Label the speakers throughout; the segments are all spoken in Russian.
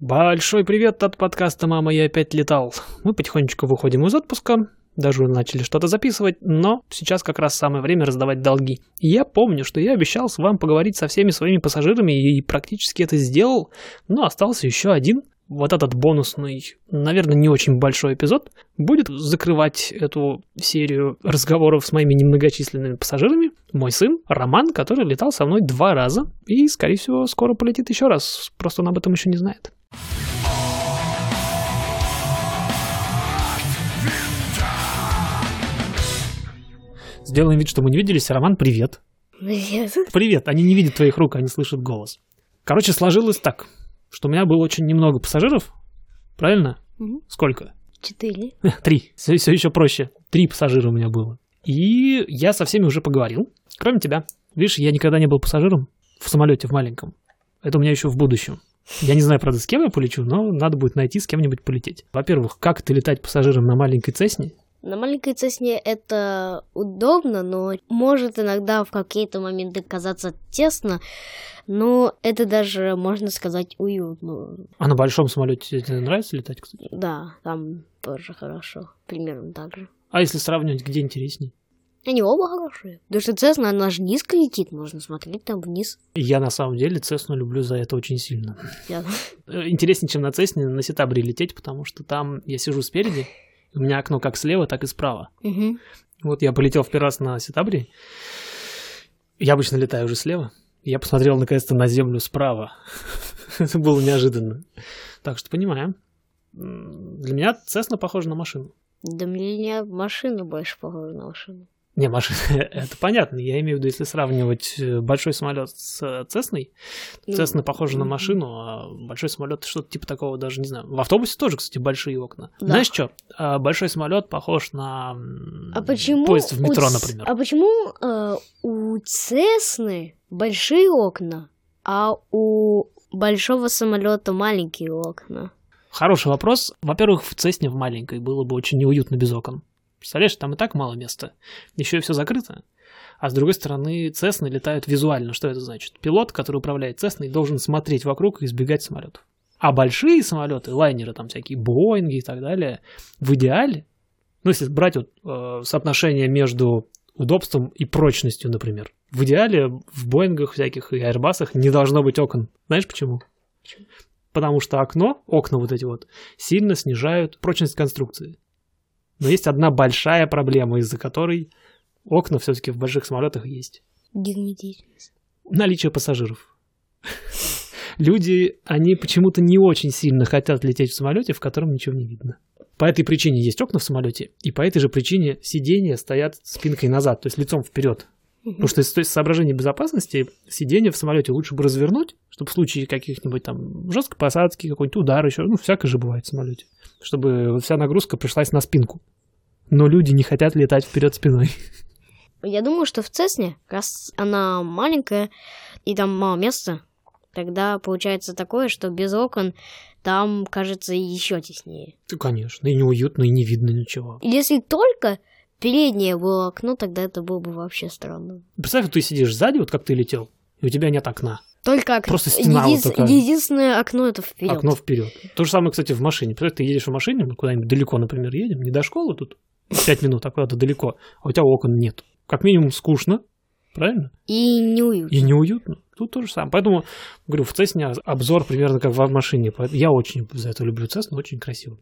Speaker 1: Большой привет от подкаста «Мама, я опять летал». Мы потихонечку выходим из отпуска, даже уже начали что-то записывать, но сейчас как раз самое время раздавать долги. И я помню, что я обещал с вами поговорить со всеми своими пассажирами и практически это сделал, но остался еще один. Вот этот бонусный, наверное, не очень большой эпизод будет закрывать эту серию разговоров с моими немногочисленными пассажирами. Мой сын Роман, который летал со мной два раза и, скорее всего, скоро полетит еще раз, просто он об этом еще не знает. Сделаем вид, что мы не виделись. Роман, привет.
Speaker 2: Привет.
Speaker 1: Привет. Они не видят твоих рук, они слышат голос. Короче, сложилось так, что у меня было очень немного пассажиров. Правильно?
Speaker 2: Мгм.
Speaker 1: Сколько?
Speaker 2: Четыре.
Speaker 1: Три. Все, еще проще. Три пассажира у меня было. И я со всеми уже поговорил, кроме тебя. Видишь, я никогда не был пассажиром в самолете в маленьком. Это у меня еще в будущем. Я не знаю, правда, с кем я полечу, но надо будет найти с кем-нибудь полететь. Во-первых, как это летать пассажиром на маленькой цесне?
Speaker 2: На маленькой цесне это удобно, но может иногда в какие-то моменты казаться тесно, но это даже, можно сказать, уютно.
Speaker 1: А на большом самолете тебе нравится летать, кстати?
Speaker 2: Да, там тоже хорошо, примерно так же.
Speaker 1: А если сравнивать, где интереснее?
Speaker 2: Они оба хорошие. Потому что Цесна, она же низко летит, можно смотреть там вниз.
Speaker 1: Я на самом деле Цесну люблю за это очень сильно.
Speaker 2: Я-
Speaker 1: Э, Интереснее, чем на Цесне, на Сетабре лететь, потому что там я сижу спереди, у меня окно как слева, так и справа.
Speaker 2: Мгм.
Speaker 1: Вот я полетел в первый раз на Сетабре. Я обычно летаю уже слева. Я посмотрел наконец-то на землю справа. Это было неожиданно. Так что понимаем. М, Для меня Цесна похожа на машину.
Speaker 2: Да мне машина больше похожа на машину.
Speaker 1: Не, машина, это понятно. Я имею в виду, если сравнивать э, большой самолет с э, Цесной,
Speaker 2: Ну,
Speaker 1: Цесна похожа на
Speaker 2: мгм.
Speaker 1: машину, а большой самолет что-то типа такого даже не знаю. В автобусе тоже, кстати, большие окна.
Speaker 2: Да.
Speaker 1: Знаешь что? А, Большой самолет похож на м,
Speaker 2: А почему
Speaker 1: поезд в
Speaker 2: у
Speaker 1: метро,
Speaker 2: Ц-
Speaker 1: например.
Speaker 2: А почему э, у Цесны большие окна, а у большого самолета маленькие окна?
Speaker 1: Хороший вопрос. Во-первых, в Цесне в маленькой было бы очень неуютно без окон. Представляешь, там и так мало места. Еще и все закрыто. А с другой стороны, Цесны летают визуально. Что это значит? Пилот, который управляет Цесной, должен смотреть вокруг и избегать самолетов. А большие самолеты, лайнеры, там всякие Боинги и так далее, в идеале, ну, если брать вот, э, соотношение между удобством и прочностью, например, в идеале в Боингах всяких и Аэробасах не должно быть окон. Знаешь почему?
Speaker 2: Почему?
Speaker 1: Потому что окно, окна вот эти вот, сильно снижают прочность конструкции. Но есть одна большая проблема, из-за которой окна все-таки в больших самолетах есть.
Speaker 2: Герметичность.
Speaker 1: Наличие пассажиров. Люди, они почему-то не очень сильно хотят лететь в самолете, в котором ничего не видно. По этой причине есть окна в самолете, и по этой же причине сиденья стоят спинкой назад, то есть лицом вперед. Потому что с то есть соображений безопасности сиденье в самолете лучше бы развернуть, чтобы в случае каких-нибудь там жесткой посадки, какой-нибудь удар еще, ну, всякое же бывает в самолете, чтобы вся нагрузка пришлась на спинку. Но люди не хотят летать вперед спиной.
Speaker 2: Я думаю, что в Цесне, раз она маленькая и там мало места, тогда получается такое, что без окон там кажется еще теснее.
Speaker 1: Да, конечно, и неуютно, и не видно ничего.
Speaker 2: Если только переднее было окно, тогда это было бы вообще странно.
Speaker 1: Представь, вот ты сидишь сзади, вот как ты летел, и у тебя нет окна.
Speaker 2: Только окно.
Speaker 1: Просто стена вот такая.
Speaker 2: Единственное окно это вперед.
Speaker 1: Окно вперед. То же самое, кстати, в машине. Представь, ты едешь в машине, мы куда-нибудь далеко, например, едем, не до школы тут, 5 минут, а куда-то далеко, а у тебя окон нет. Как минимум скучно, правильно?
Speaker 2: И неуютно.
Speaker 1: И неуютно. Тут то же самое. Поэтому, говорю, в Цесне обзор примерно как в машине. Поэт- Я очень за это люблю Цесну, очень красиво.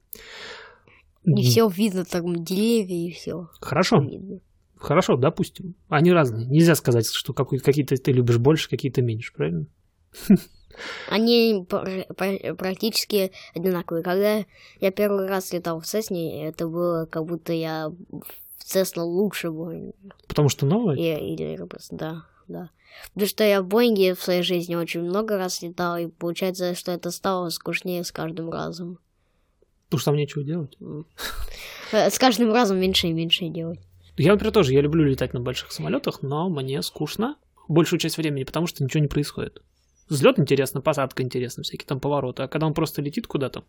Speaker 2: И все видно, там деревья и все.
Speaker 1: Хорошо,
Speaker 2: Видно.
Speaker 1: хорошо, допустим. Они разные. Нельзя сказать, что какой- какие-то ты любишь больше, какие-то меньше, правильно?
Speaker 2: Они пр- пр- практически одинаковые. Когда я первый раз летал в Цесне, это было как будто я в Цесна лучше Боинг.
Speaker 1: Потому что новое.
Speaker 2: Или Airbus, да, да. Потому что я в Боинге в своей жизни очень много раз летал, и получается, что это стало скучнее с каждым разом.
Speaker 1: Потому что там нечего делать.
Speaker 2: Э, С каждым разом меньше и меньше делать.
Speaker 1: Я, например, тоже, я люблю летать на больших самолетах, но мне скучно большую часть времени, потому что ничего не происходит. Взлет интересно, посадка интересна, всякие там повороты. А когда он просто летит куда-то,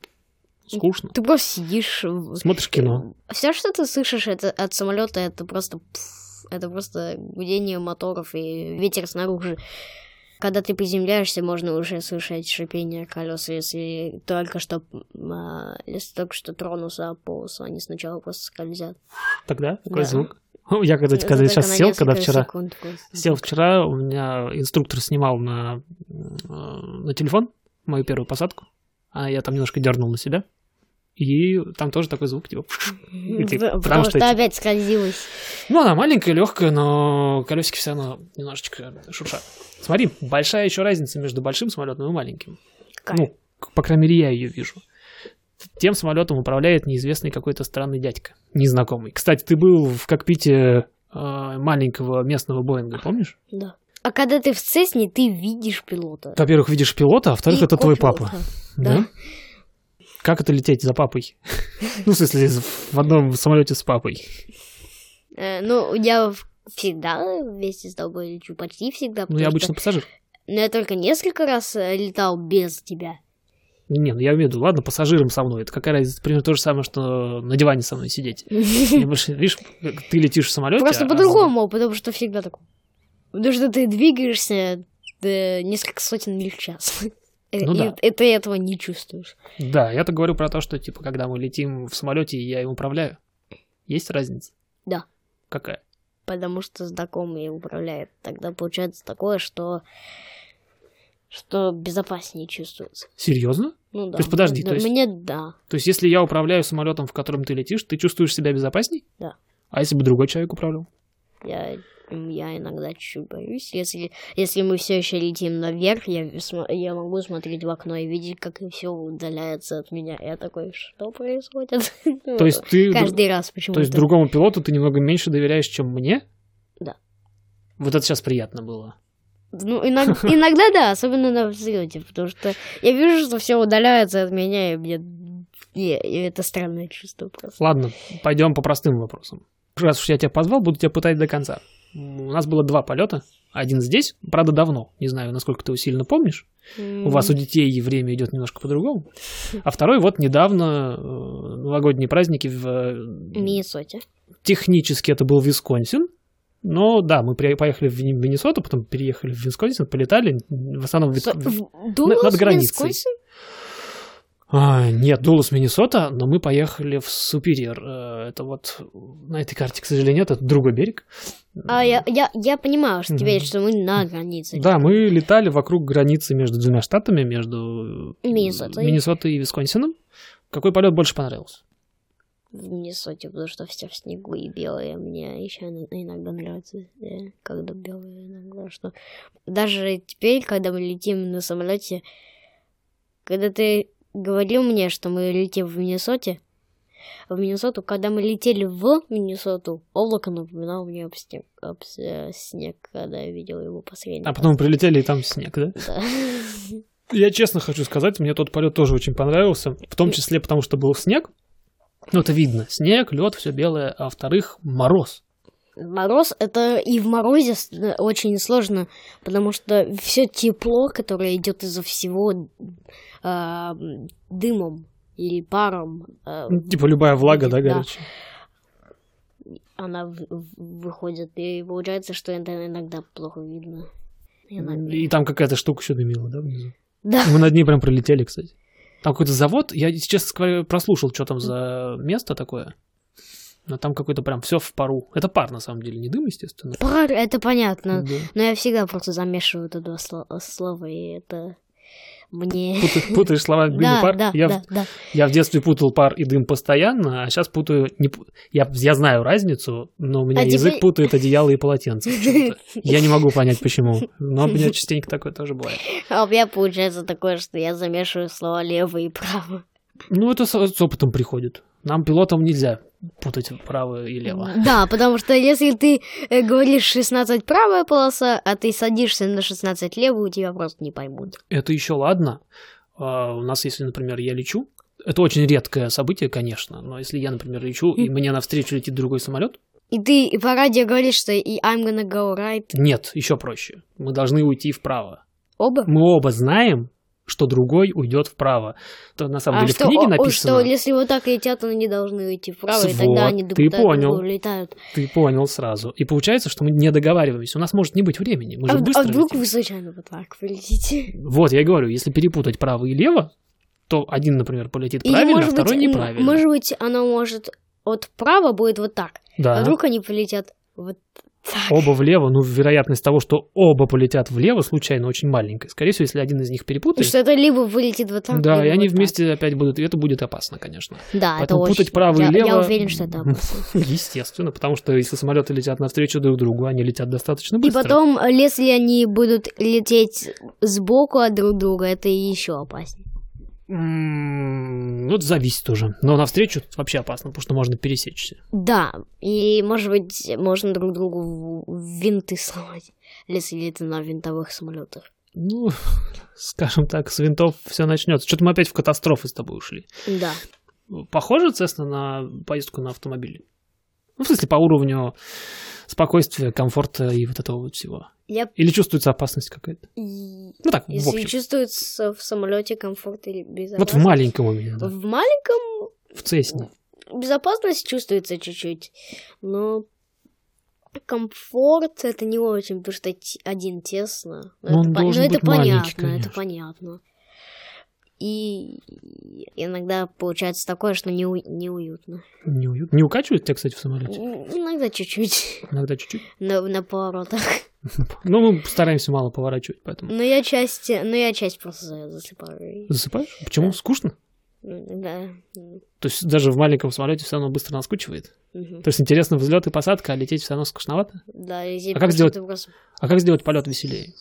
Speaker 1: скучно.
Speaker 2: Ты просто сидишь... в-
Speaker 1: Смотришь кино.
Speaker 2: Все, что ты слышишь это, от самолета, это просто пф, это просто гудение моторов и ветер снаружи. когда ты приземляешься, можно уже слышать шипение колес, если только что, а, если только что тронулся об полосу, они сначала просто скользят.
Speaker 1: Тогда такой
Speaker 2: Да.
Speaker 1: звук. Я, когда,
Speaker 2: Это
Speaker 1: когда
Speaker 2: только
Speaker 1: сейчас
Speaker 2: на
Speaker 1: сел, когда
Speaker 2: несколько
Speaker 1: вчера
Speaker 2: секунд просто.
Speaker 1: Сел вчера, у меня инструктор снимал на, э, на телефон мою первую посадку, а я там немножко дернул на себя. И там тоже такой звук, типа... пш.
Speaker 2: М,
Speaker 1: ты-
Speaker 2: да,
Speaker 1: потому
Speaker 2: Потому
Speaker 1: что
Speaker 2: что
Speaker 1: эти-
Speaker 2: опять скользилась.
Speaker 1: Ну, она маленькая, легкая, но колесики все равно немножечко шуршат. Смотри, большая еще разница между большим самолетом и маленьким.
Speaker 2: Какая?
Speaker 1: Ну, к- по крайней мере, я ее вижу. Тем самолетом управляет неизвестный какой-то странный дядька, незнакомый. Кстати, ты был в кокпите э, маленького местного Боинга, помнишь?
Speaker 2: Да. А когда ты в Цесне, ты видишь пилота.
Speaker 1: Во-первых, видишь пилота, а во-вторых,
Speaker 2: И
Speaker 1: это твой
Speaker 2: копилота.
Speaker 1: папа. Да? Как это лететь за папой? Ну, в смысле, в одном самолете с папой.
Speaker 2: Э, ну, я в- всегда вместе с тобой лечу, почти всегда.
Speaker 1: Ну,
Speaker 2: потому
Speaker 1: я
Speaker 2: что-
Speaker 1: обычно пассажир.
Speaker 2: Но я только несколько раз э, летал без тебя.
Speaker 1: Не, ну я имею в виду, ладно, пассажиром со мной. Это какая разница, примерно то же самое, что на диване со мной сидеть. Я больше, видишь, ты летишь в самолете.
Speaker 2: Просто
Speaker 1: а-
Speaker 2: по-другому, потому что всегда так. Потому что ты двигаешься э, несколько сотен миль в час. Э,
Speaker 1: Ну
Speaker 2: и-
Speaker 1: да.
Speaker 2: И ты этого не чувствуешь.
Speaker 1: Да, я-то говорю про то, что, типа, когда мы летим в самолете, я им управляю. Есть разница?
Speaker 2: Да.
Speaker 1: Какая?
Speaker 2: Потому что знакомые управляют. Тогда получается такое, что что безопаснее чувствуется.
Speaker 1: Серьезно?
Speaker 2: Ну да.
Speaker 1: есть, подожди,
Speaker 2: Да,
Speaker 1: то есть-
Speaker 2: Мне да.
Speaker 1: То есть, если я управляю самолетом, в котором ты летишь, ты чувствуешь себя безопасней?
Speaker 2: Да.
Speaker 1: А если бы другой человек управлял?
Speaker 2: Я, я иногда чуть-чуть боюсь. Если, если мы все еще летим наверх, я, смо- я могу смотреть в окно и видеть, как все удаляется от меня. Я такой, что происходит? Ну,
Speaker 1: То есть ты...
Speaker 2: Э, Каждый раз
Speaker 1: То
Speaker 2: почему-то.
Speaker 1: есть другому пилоту ты немного меньше доверяешь, чем мне?
Speaker 2: Да. Вот
Speaker 1: Вот это сейчас приятно было.
Speaker 2: Ну, иног- иногда да, особенно на взлете, потому что я вижу, что все удаляется от меня, и мне и- и это странное чувство просто.
Speaker 1: Ладно, пойдем по простым вопросам. Раз уж я тебя позвал, буду тебя пытать до конца. М, У нас было два полета. Один здесь, правда, давно. Не знаю, насколько ты его сильно помнишь. У вас у детей время идет немножко по-другому. А второй вот недавно, э, новогодние праздники в... э,
Speaker 2: Миннесоте.
Speaker 1: Технически это был Висконсин. Но да, мы при- поехали в Мин- Миннесоту, потом переехали в Висконсин, полетали. В основном... в-
Speaker 2: Со-
Speaker 1: в-
Speaker 2: в- Дулус,
Speaker 1: над границей.
Speaker 2: Висконсин?
Speaker 1: А, нет, Дулас, Миннесота, но мы поехали в Супериор. Э, Это вот на этой карте, к сожалению, нет, это другой берег.
Speaker 2: А, я, я, я понимаю, что теперь,
Speaker 1: Мгм.
Speaker 2: что мы на границе.
Speaker 1: Да, мы летали вокруг границы между двумя штатами, между э,
Speaker 2: Миннесотой.
Speaker 1: Миннесотой и Висконсином. Какой полет больше понравился?
Speaker 2: в Миннесоте, потому что все в снегу и белое. Мне еще иногда нравится, э, когда белое, иногда что. Даже теперь, когда мы летим на самолете, когда ты говорил мне, что мы летим в Миннесоте, в Миннесоту, когда мы летели в Миннесоту, облако напоминало мне об снег, об с- э, снег, когда я видел его последний.
Speaker 1: А потом мы прилетели, и там снег, да?
Speaker 2: раз. Да.
Speaker 1: Я честно хочу сказать, мне тот полет тоже очень понравился, в том числе потому, что был снег. Ну, это видно. Снег, лед, все белое, а во-вторых, мороз.
Speaker 2: Мороз это и в морозе с- э, очень сложно, потому что все тепло, которое идет из-за всего э, м, дымом или паром, э,
Speaker 1: Ну, Типа любая влага, да,
Speaker 2: Да.
Speaker 1: горячая.
Speaker 2: она в- в- выходит. И получается, что это иногда плохо видно. Иногда.
Speaker 1: И там какая-то штука еще дымила, да, внизу?
Speaker 2: Да.
Speaker 1: Мы над ней прям пролетели, кстати. Там какой-то завод, я, если честно говоря, прослушал, что там за место такое. Но там какой-то прям все в пару. Это пар, на самом деле, не дым, естественно.
Speaker 2: Пар это понятно.
Speaker 1: Да.
Speaker 2: Но я всегда просто замешиваю это два сло- э, слова, и это мне.
Speaker 1: Пута- путаешь слова дым и
Speaker 2: Да,
Speaker 1: пар.
Speaker 2: да,
Speaker 1: я, в-
Speaker 2: да, да.
Speaker 1: я в детстве путал пар и дым постоянно, а сейчас путаю... не пу- я, я знаю разницу, но у меня
Speaker 2: А
Speaker 1: язык
Speaker 2: теперь-
Speaker 1: путает одеяло и полотенце. почему-то. Я не могу понять, почему. Но у меня частенько такое тоже бывает.
Speaker 2: А у меня получается такое, что я замешиваю слова лево и право.
Speaker 1: Ну, это с, с опытом приходит. Нам, пилотам, нельзя путать правое и лево.
Speaker 2: Да, потому что если ты э, говоришь 16 правая полоса, а ты садишься на 16 левую, тебя просто не поймут.
Speaker 1: Это еще ладно. А, У нас, если, например, я лечу, это очень редкое событие, конечно, но если я, например, лечу, и мне навстречу летит другой самолет,
Speaker 2: И ты и по радио говоришь, что и I'm gonna go right.
Speaker 1: нет, еще проще. Мы должны уйти вправо.
Speaker 2: Оба?
Speaker 1: Мы оба знаем, что другой уйдет вправо. То на самом
Speaker 2: а
Speaker 1: деле
Speaker 2: что,
Speaker 1: в книге
Speaker 2: о- о,
Speaker 1: написано.
Speaker 2: что, если вот так летят, они должны уйти вправо, и
Speaker 1: Вот,
Speaker 2: тогда они
Speaker 1: ты
Speaker 2: так
Speaker 1: понял.
Speaker 2: улетают.
Speaker 1: Ты понял сразу. И получается, что мы не договариваемся. У нас может не быть времени. Мы
Speaker 2: А,
Speaker 1: же
Speaker 2: в- а
Speaker 1: быстро
Speaker 2: вдруг
Speaker 1: летим.
Speaker 2: вы случайно вот так полетите?
Speaker 1: Вот, я и говорю, если перепутать право и лево, то один, например, полетит
Speaker 2: Или,
Speaker 1: правильно,
Speaker 2: может
Speaker 1: второй
Speaker 2: быть, м,
Speaker 1: неправильно.
Speaker 2: Может быть, оно может от права будет вот так.
Speaker 1: Да.
Speaker 2: А вдруг они полетят вот так.
Speaker 1: Оба влево, ну, вероятность того, что оба полетят влево, случайно очень маленькая. Скорее всего, если один из них
Speaker 2: И
Speaker 1: перепутает,
Speaker 2: что это либо вылетит вот так,
Speaker 1: да,
Speaker 2: либо
Speaker 1: и они
Speaker 2: вот так.
Speaker 1: вместе опять будут, и это будет опасно, конечно.
Speaker 2: Да, это
Speaker 1: Поэтому
Speaker 2: очень...
Speaker 1: путать право
Speaker 2: я,
Speaker 1: и лево...
Speaker 2: Я уверен, что это опасно.
Speaker 1: Естественно, потому что если самолеты летят навстречу друг другу, они летят достаточно
Speaker 2: И
Speaker 1: быстро.
Speaker 2: потом, э, если они будут лететь сбоку от друг друга, это еще опаснее.
Speaker 1: М, Ну, это зависит тоже. Но навстречу вообще опасно, потому что можно пересечься.
Speaker 2: Да, и, может быть, можно друг другу в- в винты сломать, если это на винтовых самолетах.
Speaker 1: Ну, скажем так, с винтов все начнется. Что-то мы опять в катастрофы с тобой ушли.
Speaker 2: Да.
Speaker 1: Похоже, Цесна, на поездку на автомобиле? Ну, в смысле, по уровню спокойствия, комфорта и вот этого вот всего.
Speaker 2: Я...
Speaker 1: Или чувствуется опасность какая-то?
Speaker 2: и-
Speaker 1: Ну так, в
Speaker 2: Если
Speaker 1: общем.
Speaker 2: чувствуется в самолете комфорт или
Speaker 1: Вот
Speaker 2: безопасность.
Speaker 1: в маленьком у меня, да.
Speaker 2: В маленьком
Speaker 1: В Цесне.
Speaker 2: безопасность чувствуется чуть-чуть, но комфорт это не очень, потому что т- один тесно.
Speaker 1: Но
Speaker 2: Но это,
Speaker 1: Ну, он
Speaker 2: пон-
Speaker 1: должен
Speaker 2: но это
Speaker 1: быть маленький,
Speaker 2: понятно, это
Speaker 1: конечно.
Speaker 2: понятно. И иногда получается такое, что не у- неуютно.
Speaker 1: Не, уют- не укачивает тебя, кстати, в самолете?
Speaker 2: Иногда чуть-чуть
Speaker 1: Иногда чуть-чуть.
Speaker 2: на, на поворотах.
Speaker 1: Ну, мы стараемся мало поворачивать, поэтому.
Speaker 2: Но я часть, но я часть просто за- засыпаю.
Speaker 1: Засыпаешь? Почему?
Speaker 2: Да.
Speaker 1: Скучно?
Speaker 2: Ну, иногда, м,
Speaker 1: То есть даже в маленьком самолете все равно быстро наскучивает.
Speaker 2: мгм.
Speaker 1: То есть интересно взлет и посадка, а лететь все равно скучновато.
Speaker 2: Да, и
Speaker 1: А как сделать?
Speaker 2: ты просто
Speaker 1: А как сделать полет веселее?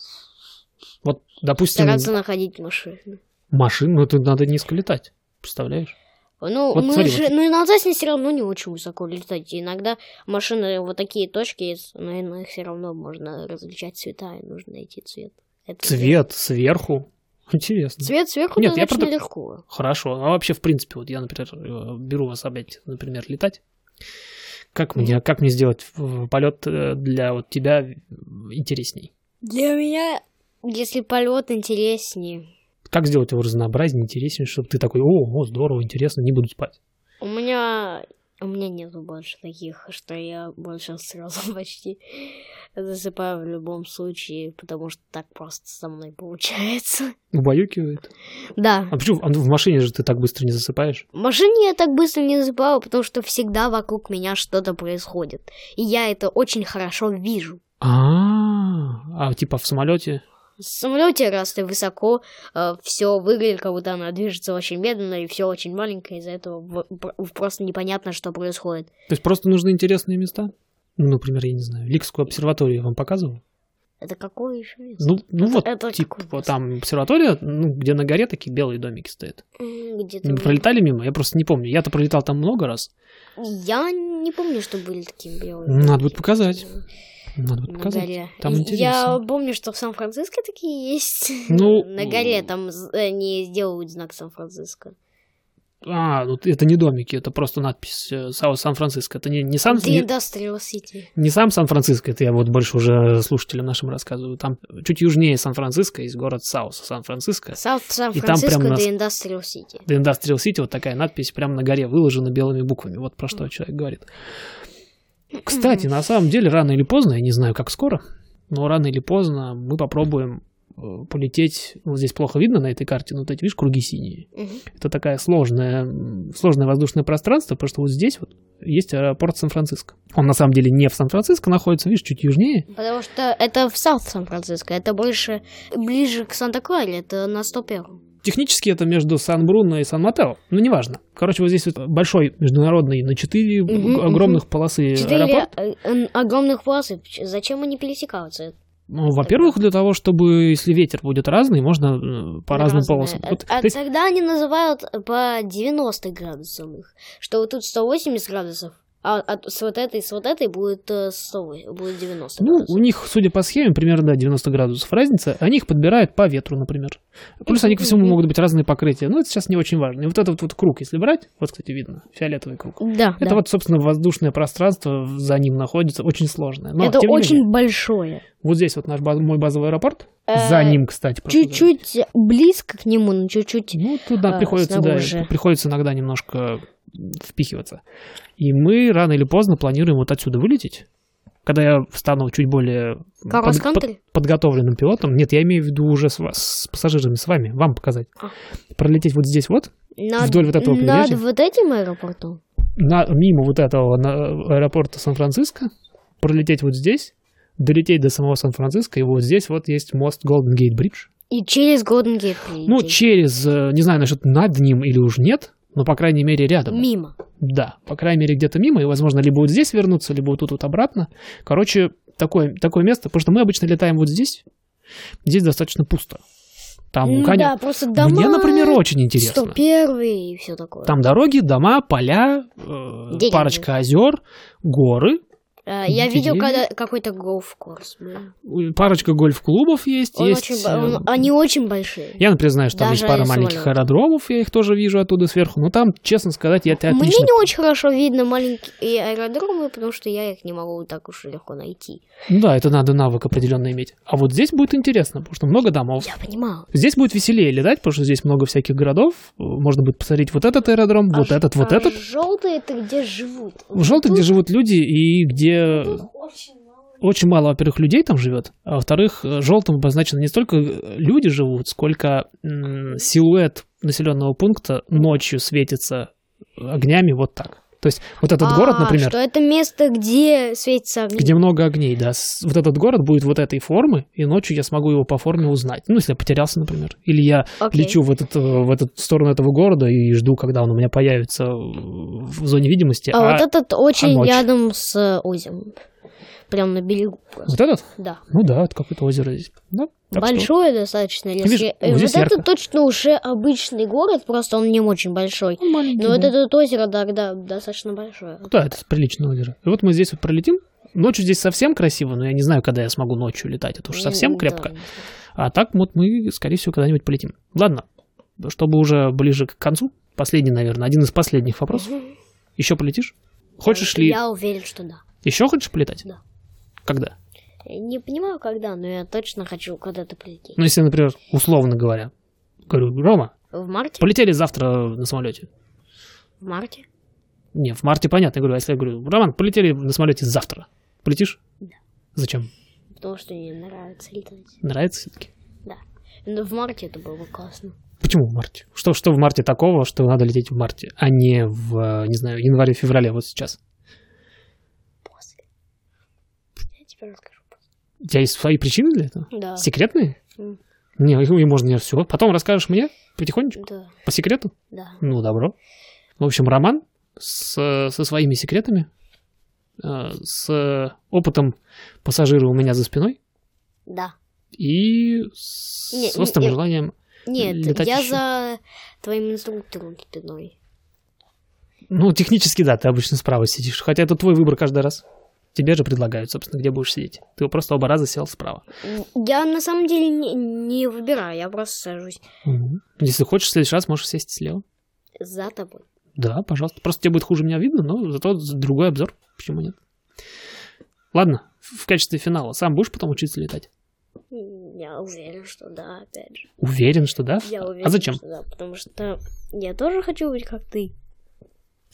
Speaker 1: Вот, допустим,
Speaker 2: Стараться находить машину.
Speaker 1: машину, ну, тут надо низко летать. Представляешь?
Speaker 2: Ну,
Speaker 1: Вот
Speaker 2: мы
Speaker 1: смотри,
Speaker 2: же,
Speaker 1: вот-
Speaker 2: ну, иногда с ней все равно не очень высоко летать. И Иногда машины вот такие точки, есть, но на их все равно можно различать цвета, и нужно найти цвет. Это-
Speaker 1: Цвет сверху. Интересно.
Speaker 2: Цвет сверху
Speaker 1: Нет, я
Speaker 2: достаточно
Speaker 1: про то-
Speaker 2: легко.
Speaker 1: Хорошо. А вообще, в принципе, вот я, например, э, беру вас опять, например, летать. Как мне, как мне сделать э, полет э, для вот тебя э, интересней?
Speaker 2: Для меня, если полет интереснее,
Speaker 1: Как сделать его разнообразнее, интереснее, чтобы ты такой, о, о, здорово, интересно, не буду спать.
Speaker 2: у меня... У меня нету больше таких, что я больше сразу почти засыпаю в любом случае, потому что так просто со мной получается.
Speaker 1: Убаюкивает.
Speaker 2: Да.
Speaker 1: А почему а в машине же ты так быстро не засыпаешь?
Speaker 2: В машине я так быстро не засыпала, потому что всегда вокруг меня что-то происходит. И я это очень хорошо вижу.
Speaker 1: А, а типа в самолете?
Speaker 2: В самолете, раз ты высоко, все выглядит, как будто она движется очень медленно, и все очень маленькое, из-за этого в- пр- просто непонятно, что происходит.
Speaker 1: То есть просто нужны интересные места? Ну, например, я не знаю, Ликскую обсерваторию я вам показывал?
Speaker 2: Это какое еще место?
Speaker 1: Ну, ну
Speaker 2: Это-
Speaker 1: вот,
Speaker 2: это
Speaker 1: типа,
Speaker 2: какое место?
Speaker 1: там обсерватория, ну, где на горе такие белые домики стоят.
Speaker 2: М, Где-то...
Speaker 1: Не
Speaker 2: у меня.
Speaker 1: пролетали мимо? Я просто не помню. Я-то пролетал там много раз.
Speaker 2: Я не помню, что были такие белые.
Speaker 1: Надо
Speaker 2: точки
Speaker 1: будет показать. Надо будет
Speaker 2: На
Speaker 1: показать.
Speaker 2: горе.
Speaker 1: Там
Speaker 2: И- Я
Speaker 1: интересно.
Speaker 2: помню, что в Сан-Франциско такие есть.
Speaker 1: Ну,
Speaker 2: На горе там з- они сделают знак Сан-Франциско.
Speaker 1: А, ну это не домики, это просто надпись э, Саус Сан-Франциско. Это не, не сам...
Speaker 2: The
Speaker 1: не-
Speaker 2: Industrial City.
Speaker 1: Не сам Сан-Франциско, это я вот больше уже слушателям нашим рассказываю. Там чуть южнее Сан-Франциско есть город Саус Сан-Франциско.
Speaker 2: South San
Speaker 1: И там прям
Speaker 2: Francisco,
Speaker 1: нас-
Speaker 2: The Industrial City.
Speaker 1: The Industrial City, вот такая надпись прямо на горе выложена белыми буквами. Вот про что человек говорит. Кстати, на самом деле, рано или поздно, я не знаю, как скоро, но рано или поздно мы попробуем э, полететь, вот здесь плохо видно на этой карте, но вот эти, видишь, круги синие.
Speaker 2: Мгм.
Speaker 1: Это такое сложное, м, сложное воздушное пространство, потому что вот здесь вот есть аэропорт Сан-Франциско. Он на самом деле не в Сан-Франциско находится, видишь, чуть южнее.
Speaker 2: Потому что это в South Сан-Франциско, это больше ближе к Санта-Кларе, это на 101
Speaker 1: Технически это между Сан-Бруно и Сан-Матео, но неважно. Короче, вот здесь вот большой международный на четыре
Speaker 2: Мгм,
Speaker 1: г- огромных полосы аэропорт.
Speaker 2: Четыре э, э, огромных полосы, Ч- зачем они пересекаются?
Speaker 1: Ну, во-первых, для того, чтобы, если ветер будет разный, можно э, по разным
Speaker 2: Разные.
Speaker 1: полосам.
Speaker 2: А-
Speaker 1: Вот,
Speaker 2: а
Speaker 1: то есть,
Speaker 2: тогда они называют по 90 градусам их, что вот тут 180 градусов, А от- с вот этой, с вот этой будет, э, 100, будет 90
Speaker 1: Ну,
Speaker 2: градусов.
Speaker 1: у них, судя по схеме, примерно, да, 90 градусов разница. Они их подбирают по ветру, например. Плюс они ко всему
Speaker 2: Мгм.
Speaker 1: могут быть разные покрытия. Но это сейчас не очень важно. И вот этот вот круг, если брать, вот, кстати, видно, фиолетовый круг.
Speaker 2: Да,
Speaker 1: Это
Speaker 2: да.
Speaker 1: вот, собственно, воздушное пространство в- за ним находится, очень сложное. Но,
Speaker 2: это
Speaker 1: ну, тем не
Speaker 2: очень
Speaker 1: менее,
Speaker 2: большое.
Speaker 1: вот здесь вот наш баз- мой базовый аэропорт.
Speaker 2: Э,
Speaker 1: за ним, кстати. просто
Speaker 2: Чуть-чуть близко к нему, но чуть-чуть.
Speaker 1: Ну, туда
Speaker 2: а,
Speaker 1: приходится, да,
Speaker 2: снаружи.
Speaker 1: приходится иногда немножко впихиваться. И мы рано или поздно планируем вот отсюда вылететь. Когда я стану чуть более
Speaker 2: Cross
Speaker 1: под-
Speaker 2: country?
Speaker 1: подготовленным пилотом. Нет, я имею в виду уже с, ва- с пассажирами, с вами, вам показать.
Speaker 2: А.
Speaker 1: Пролететь вот здесь вот,
Speaker 2: Над,
Speaker 1: Вдоль вот этого
Speaker 2: над
Speaker 1: побережья?
Speaker 2: вот этим аэропортом?
Speaker 1: на, мимо вот этого на- аэропорта Сан-Франциско, пролететь вот здесь, долететь до самого Сан-Франциско, и вот здесь вот есть мост Golden Gate Bridge.
Speaker 2: И через Golden Gate
Speaker 1: Ну,
Speaker 2: прилететь.
Speaker 1: через, э, не знаю, насчет над ним или уж нет, но, по крайней мере, рядом.
Speaker 2: Мимо.
Speaker 1: Да, по крайней мере, где-то мимо, и, возможно, либо вот здесь вернуться, либо вот тут вот обратно. Короче, такое, такое место, потому что мы обычно летаем вот здесь, здесь достаточно пусто. Там,
Speaker 2: Ну
Speaker 1: коня-
Speaker 2: да, просто дома...
Speaker 1: Мне, например, очень интересно.
Speaker 2: 101 и все такое.
Speaker 1: Там дороги, дома, поля, э,
Speaker 2: Деревья.
Speaker 1: парочка озер, горы,
Speaker 2: Э, я видел,
Speaker 1: деревья.
Speaker 2: когда какой-то голф-курс был.
Speaker 1: у- парочка гольф-клубов есть.
Speaker 2: Он
Speaker 1: есть
Speaker 2: очень бо- он-
Speaker 1: э,
Speaker 2: Они очень большие.
Speaker 1: Я, например, знаю, что там есть
Speaker 2: Даже
Speaker 1: пара маленьких
Speaker 2: самолеты.
Speaker 1: аэродромов, я их тоже вижу оттуда сверху, но там, честно сказать, я это
Speaker 2: Мне
Speaker 1: отлично...
Speaker 2: не очень хорошо видно маленькие аэродромы, потому что я их не могу так уж и легко найти.
Speaker 1: Ну Да, это надо навык определенно иметь. А вот здесь будет интересно, потому что много домов.
Speaker 2: Я понимал.
Speaker 1: Здесь будет веселее летать, потому что здесь много всяких городов. Э, Можно будет посмотреть вот этот аэродром,
Speaker 2: А
Speaker 1: вот этот, вот этот.
Speaker 2: Желтые это где живут?
Speaker 1: В желтых, где живут люди и где очень мало, во-первых, людей там живет, а во-вторых, э, желтым обозначено не столько э, люди живут, сколько м, силуэт населенного пункта ночью светится огнями вот так. То есть вот этот город,
Speaker 2: А,
Speaker 1: например,
Speaker 2: Что это место, где светится огни.
Speaker 1: где много огней, да, с- вот этот город будет вот этой формы, и ночью я смогу его по форме узнать. Ну, если я потерялся, например, или я
Speaker 2: Окей.
Speaker 1: лечу в, этот, э, в этот в сторону этого города и жду, когда он у меня появится э, в зоне видимости.
Speaker 2: А, вот этот очень
Speaker 1: ночь?
Speaker 2: рядом с э, озером. Прям на берегу.
Speaker 1: вот этот?
Speaker 2: Да.
Speaker 1: Ну да, это какое-то озеро здесь. Да, так что-
Speaker 2: Большое достаточно. Если...
Speaker 1: Видишь,
Speaker 2: э,
Speaker 1: вот
Speaker 2: вот
Speaker 1: здесь ярко.
Speaker 2: это точно уже обычный город, просто он не очень большой.
Speaker 1: Ну, маленький,
Speaker 2: Но вот
Speaker 1: да.
Speaker 2: это вот озеро, да, да, достаточно большое.
Speaker 1: Ну Да, это приличное озеро. И вот мы здесь вот пролетим. Ночью здесь совсем красиво, но я не знаю, когда я смогу ночью летать. Это уж совсем
Speaker 2: М,
Speaker 1: крепко.
Speaker 2: Ну да.
Speaker 1: А так вот мы, скорее всего, когда-нибудь полетим. Ладно, чтобы уже ближе к концу, последний, наверное, один из последних вопросов.
Speaker 2: Мгм.
Speaker 1: Еще полетишь? Хочешь ли...
Speaker 2: Я уверен, что да.
Speaker 1: Еще хочешь полетать?
Speaker 2: Да.
Speaker 1: Когда?
Speaker 2: Я Не понимаю, когда, но я точно хочу когда-то прилететь.
Speaker 1: Ну, если, например, условно говоря, говорю, Рома,
Speaker 2: В марте?
Speaker 1: полетели завтра на самолете.
Speaker 2: В марте?
Speaker 1: Не, в марте понятно, я говорю, а если я говорю, Роман, полетели на самолете завтра. Полетишь?
Speaker 2: Да.
Speaker 1: Зачем?
Speaker 2: Потому что мне нравится летать.
Speaker 1: Нравится все-таки?
Speaker 2: Но в марте это было бы классно.
Speaker 1: Почему в марте? Что, что в марте такого, что надо лететь в марте, а не в, э, не знаю, январе-феврале вот сейчас?
Speaker 2: После. Я тебе расскажу.
Speaker 1: У тебя есть свои причины для этого?
Speaker 2: Да.
Speaker 1: Секретные?
Speaker 2: М.
Speaker 1: Не, их- и можно не все. Потом расскажешь мне потихонечку,
Speaker 2: Да,
Speaker 1: по секрету.
Speaker 2: да.
Speaker 1: Ну, добро. В общем, Роман с, со своими секретами, э, с опытом пассажира у меня за спиной
Speaker 2: Да. и
Speaker 1: и с
Speaker 2: Не,
Speaker 1: острым
Speaker 2: не-
Speaker 1: желанием.
Speaker 2: Нет,
Speaker 1: Летать
Speaker 2: я
Speaker 1: ещё.
Speaker 2: за твоим инструктором спиной.
Speaker 1: Ну, технически, да, ты обычно справа сидишь. Хотя это твой выбор каждый раз. Тебе же предлагают, собственно, где будешь сидеть. Ты просто оба раза сел справа.
Speaker 2: Я на самом деле не, не выбираю, я просто сажусь
Speaker 1: Мгм. Если хочешь, в следующий раз можешь сесть слева.
Speaker 2: за тобой.
Speaker 1: Да, пожалуйста. Просто тебе будет хуже меня видно, но зато з- другой обзор. Почему нет? Ладно, в в качестве финала. Сам будешь потом учиться летать?
Speaker 2: М, Я уверен, что да, опять же.
Speaker 1: Уверен, что да?
Speaker 2: Я уверен,
Speaker 1: а зачем?
Speaker 2: что да, потому что я тоже хочу быть как ты.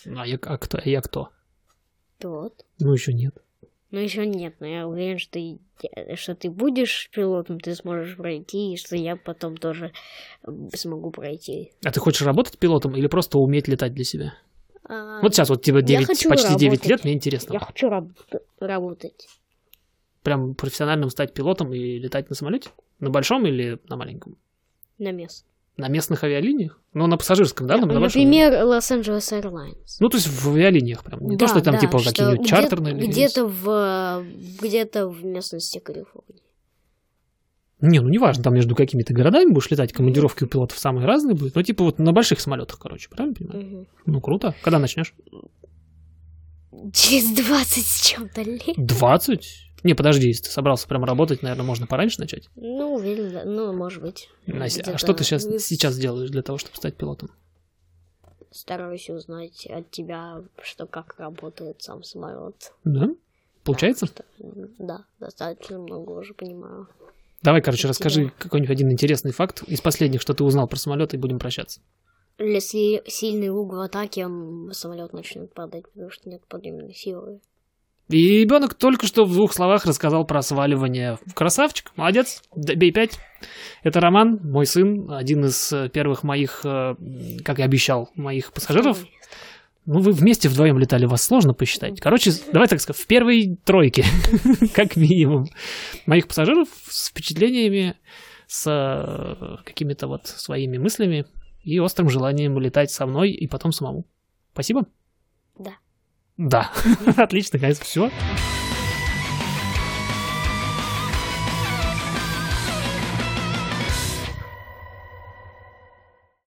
Speaker 1: А я, а кто, а я кто?
Speaker 2: Тот.
Speaker 1: Ну, еще нет.
Speaker 2: Но еще нет, но я уверен, что, и- что ты будешь пилотом, ты сможешь пройти, и что я потом тоже м, смогу пройти.
Speaker 1: А ты хочешь работать пилотом или просто уметь летать для себя?
Speaker 2: А,
Speaker 1: Вот сейчас вот тебе
Speaker 2: я
Speaker 1: 9, почти
Speaker 2: хочу
Speaker 1: 9
Speaker 2: работать.
Speaker 1: лет, мне интересно.
Speaker 2: Я хочу раб- работать.
Speaker 1: Прям профессиональным стать пилотом и летать на самолете? На большом или на маленьком?
Speaker 2: на место.
Speaker 1: На местных авиалиниях? Ну, на пассажирском, да? на- на большом?
Speaker 2: Например, Лос-Анджелес Airlines.
Speaker 1: Ну, то есть в авиалиниях прям. Не то,
Speaker 2: Да,
Speaker 1: что там
Speaker 2: да,
Speaker 1: типа
Speaker 2: что
Speaker 1: какие-нибудь
Speaker 2: где-
Speaker 1: чартерные. или-
Speaker 2: Где-то в, где-то в местности Калифорнии.
Speaker 1: Не, ну неважно, там между какими-то городами будешь летать, командировки у пилотов самые разные будут. Ну, типа вот на больших самолетах, короче, правильно понимаю?
Speaker 2: Мгм.
Speaker 1: Ну, круто. Когда начнешь?
Speaker 2: Через 20 с чем-то лет.
Speaker 1: 20? Не, подожди, если ты собрался прям работать, наверное, можно пораньше начать.
Speaker 2: Ну, уверен, да. ну, может быть.
Speaker 1: Настя, а
Speaker 2: Где-то
Speaker 1: что ты сейчас,
Speaker 2: в-
Speaker 1: сейчас делаешь для того, чтобы стать пилотом?
Speaker 2: Стараюсь узнать от тебя, что как работает сам самолет.
Speaker 1: Да? Получается?
Speaker 2: Так что, м, да, достаточно много уже понимаю.
Speaker 1: Давай, короче,
Speaker 2: Спасибо.
Speaker 1: расскажи какой-нибудь один интересный факт из последних, что ты узнал про самолеты, и будем прощаться.
Speaker 2: Если сильный угол атаки, м, самолет начнет падать, потому что нет подъемной силы.
Speaker 1: И ребенок только что в двух словах рассказал про сваливание. Красавчик, молодец, д- бей пять. Это Роман, мой сын, один из э, первых моих, э, как и обещал, моих пассажиров.
Speaker 2: Ой,
Speaker 1: Ну, вы вместе вдвоем летали, вас сложно посчитать. Короче, с- давай так скажем, в первой тройке, как минимум, моих пассажиров с впечатлениями, с э, какими-то вот своими мыслями и острым желанием летать со мной и потом самому. Спасибо?
Speaker 2: Да.
Speaker 1: Да. Отлично, конечно, все.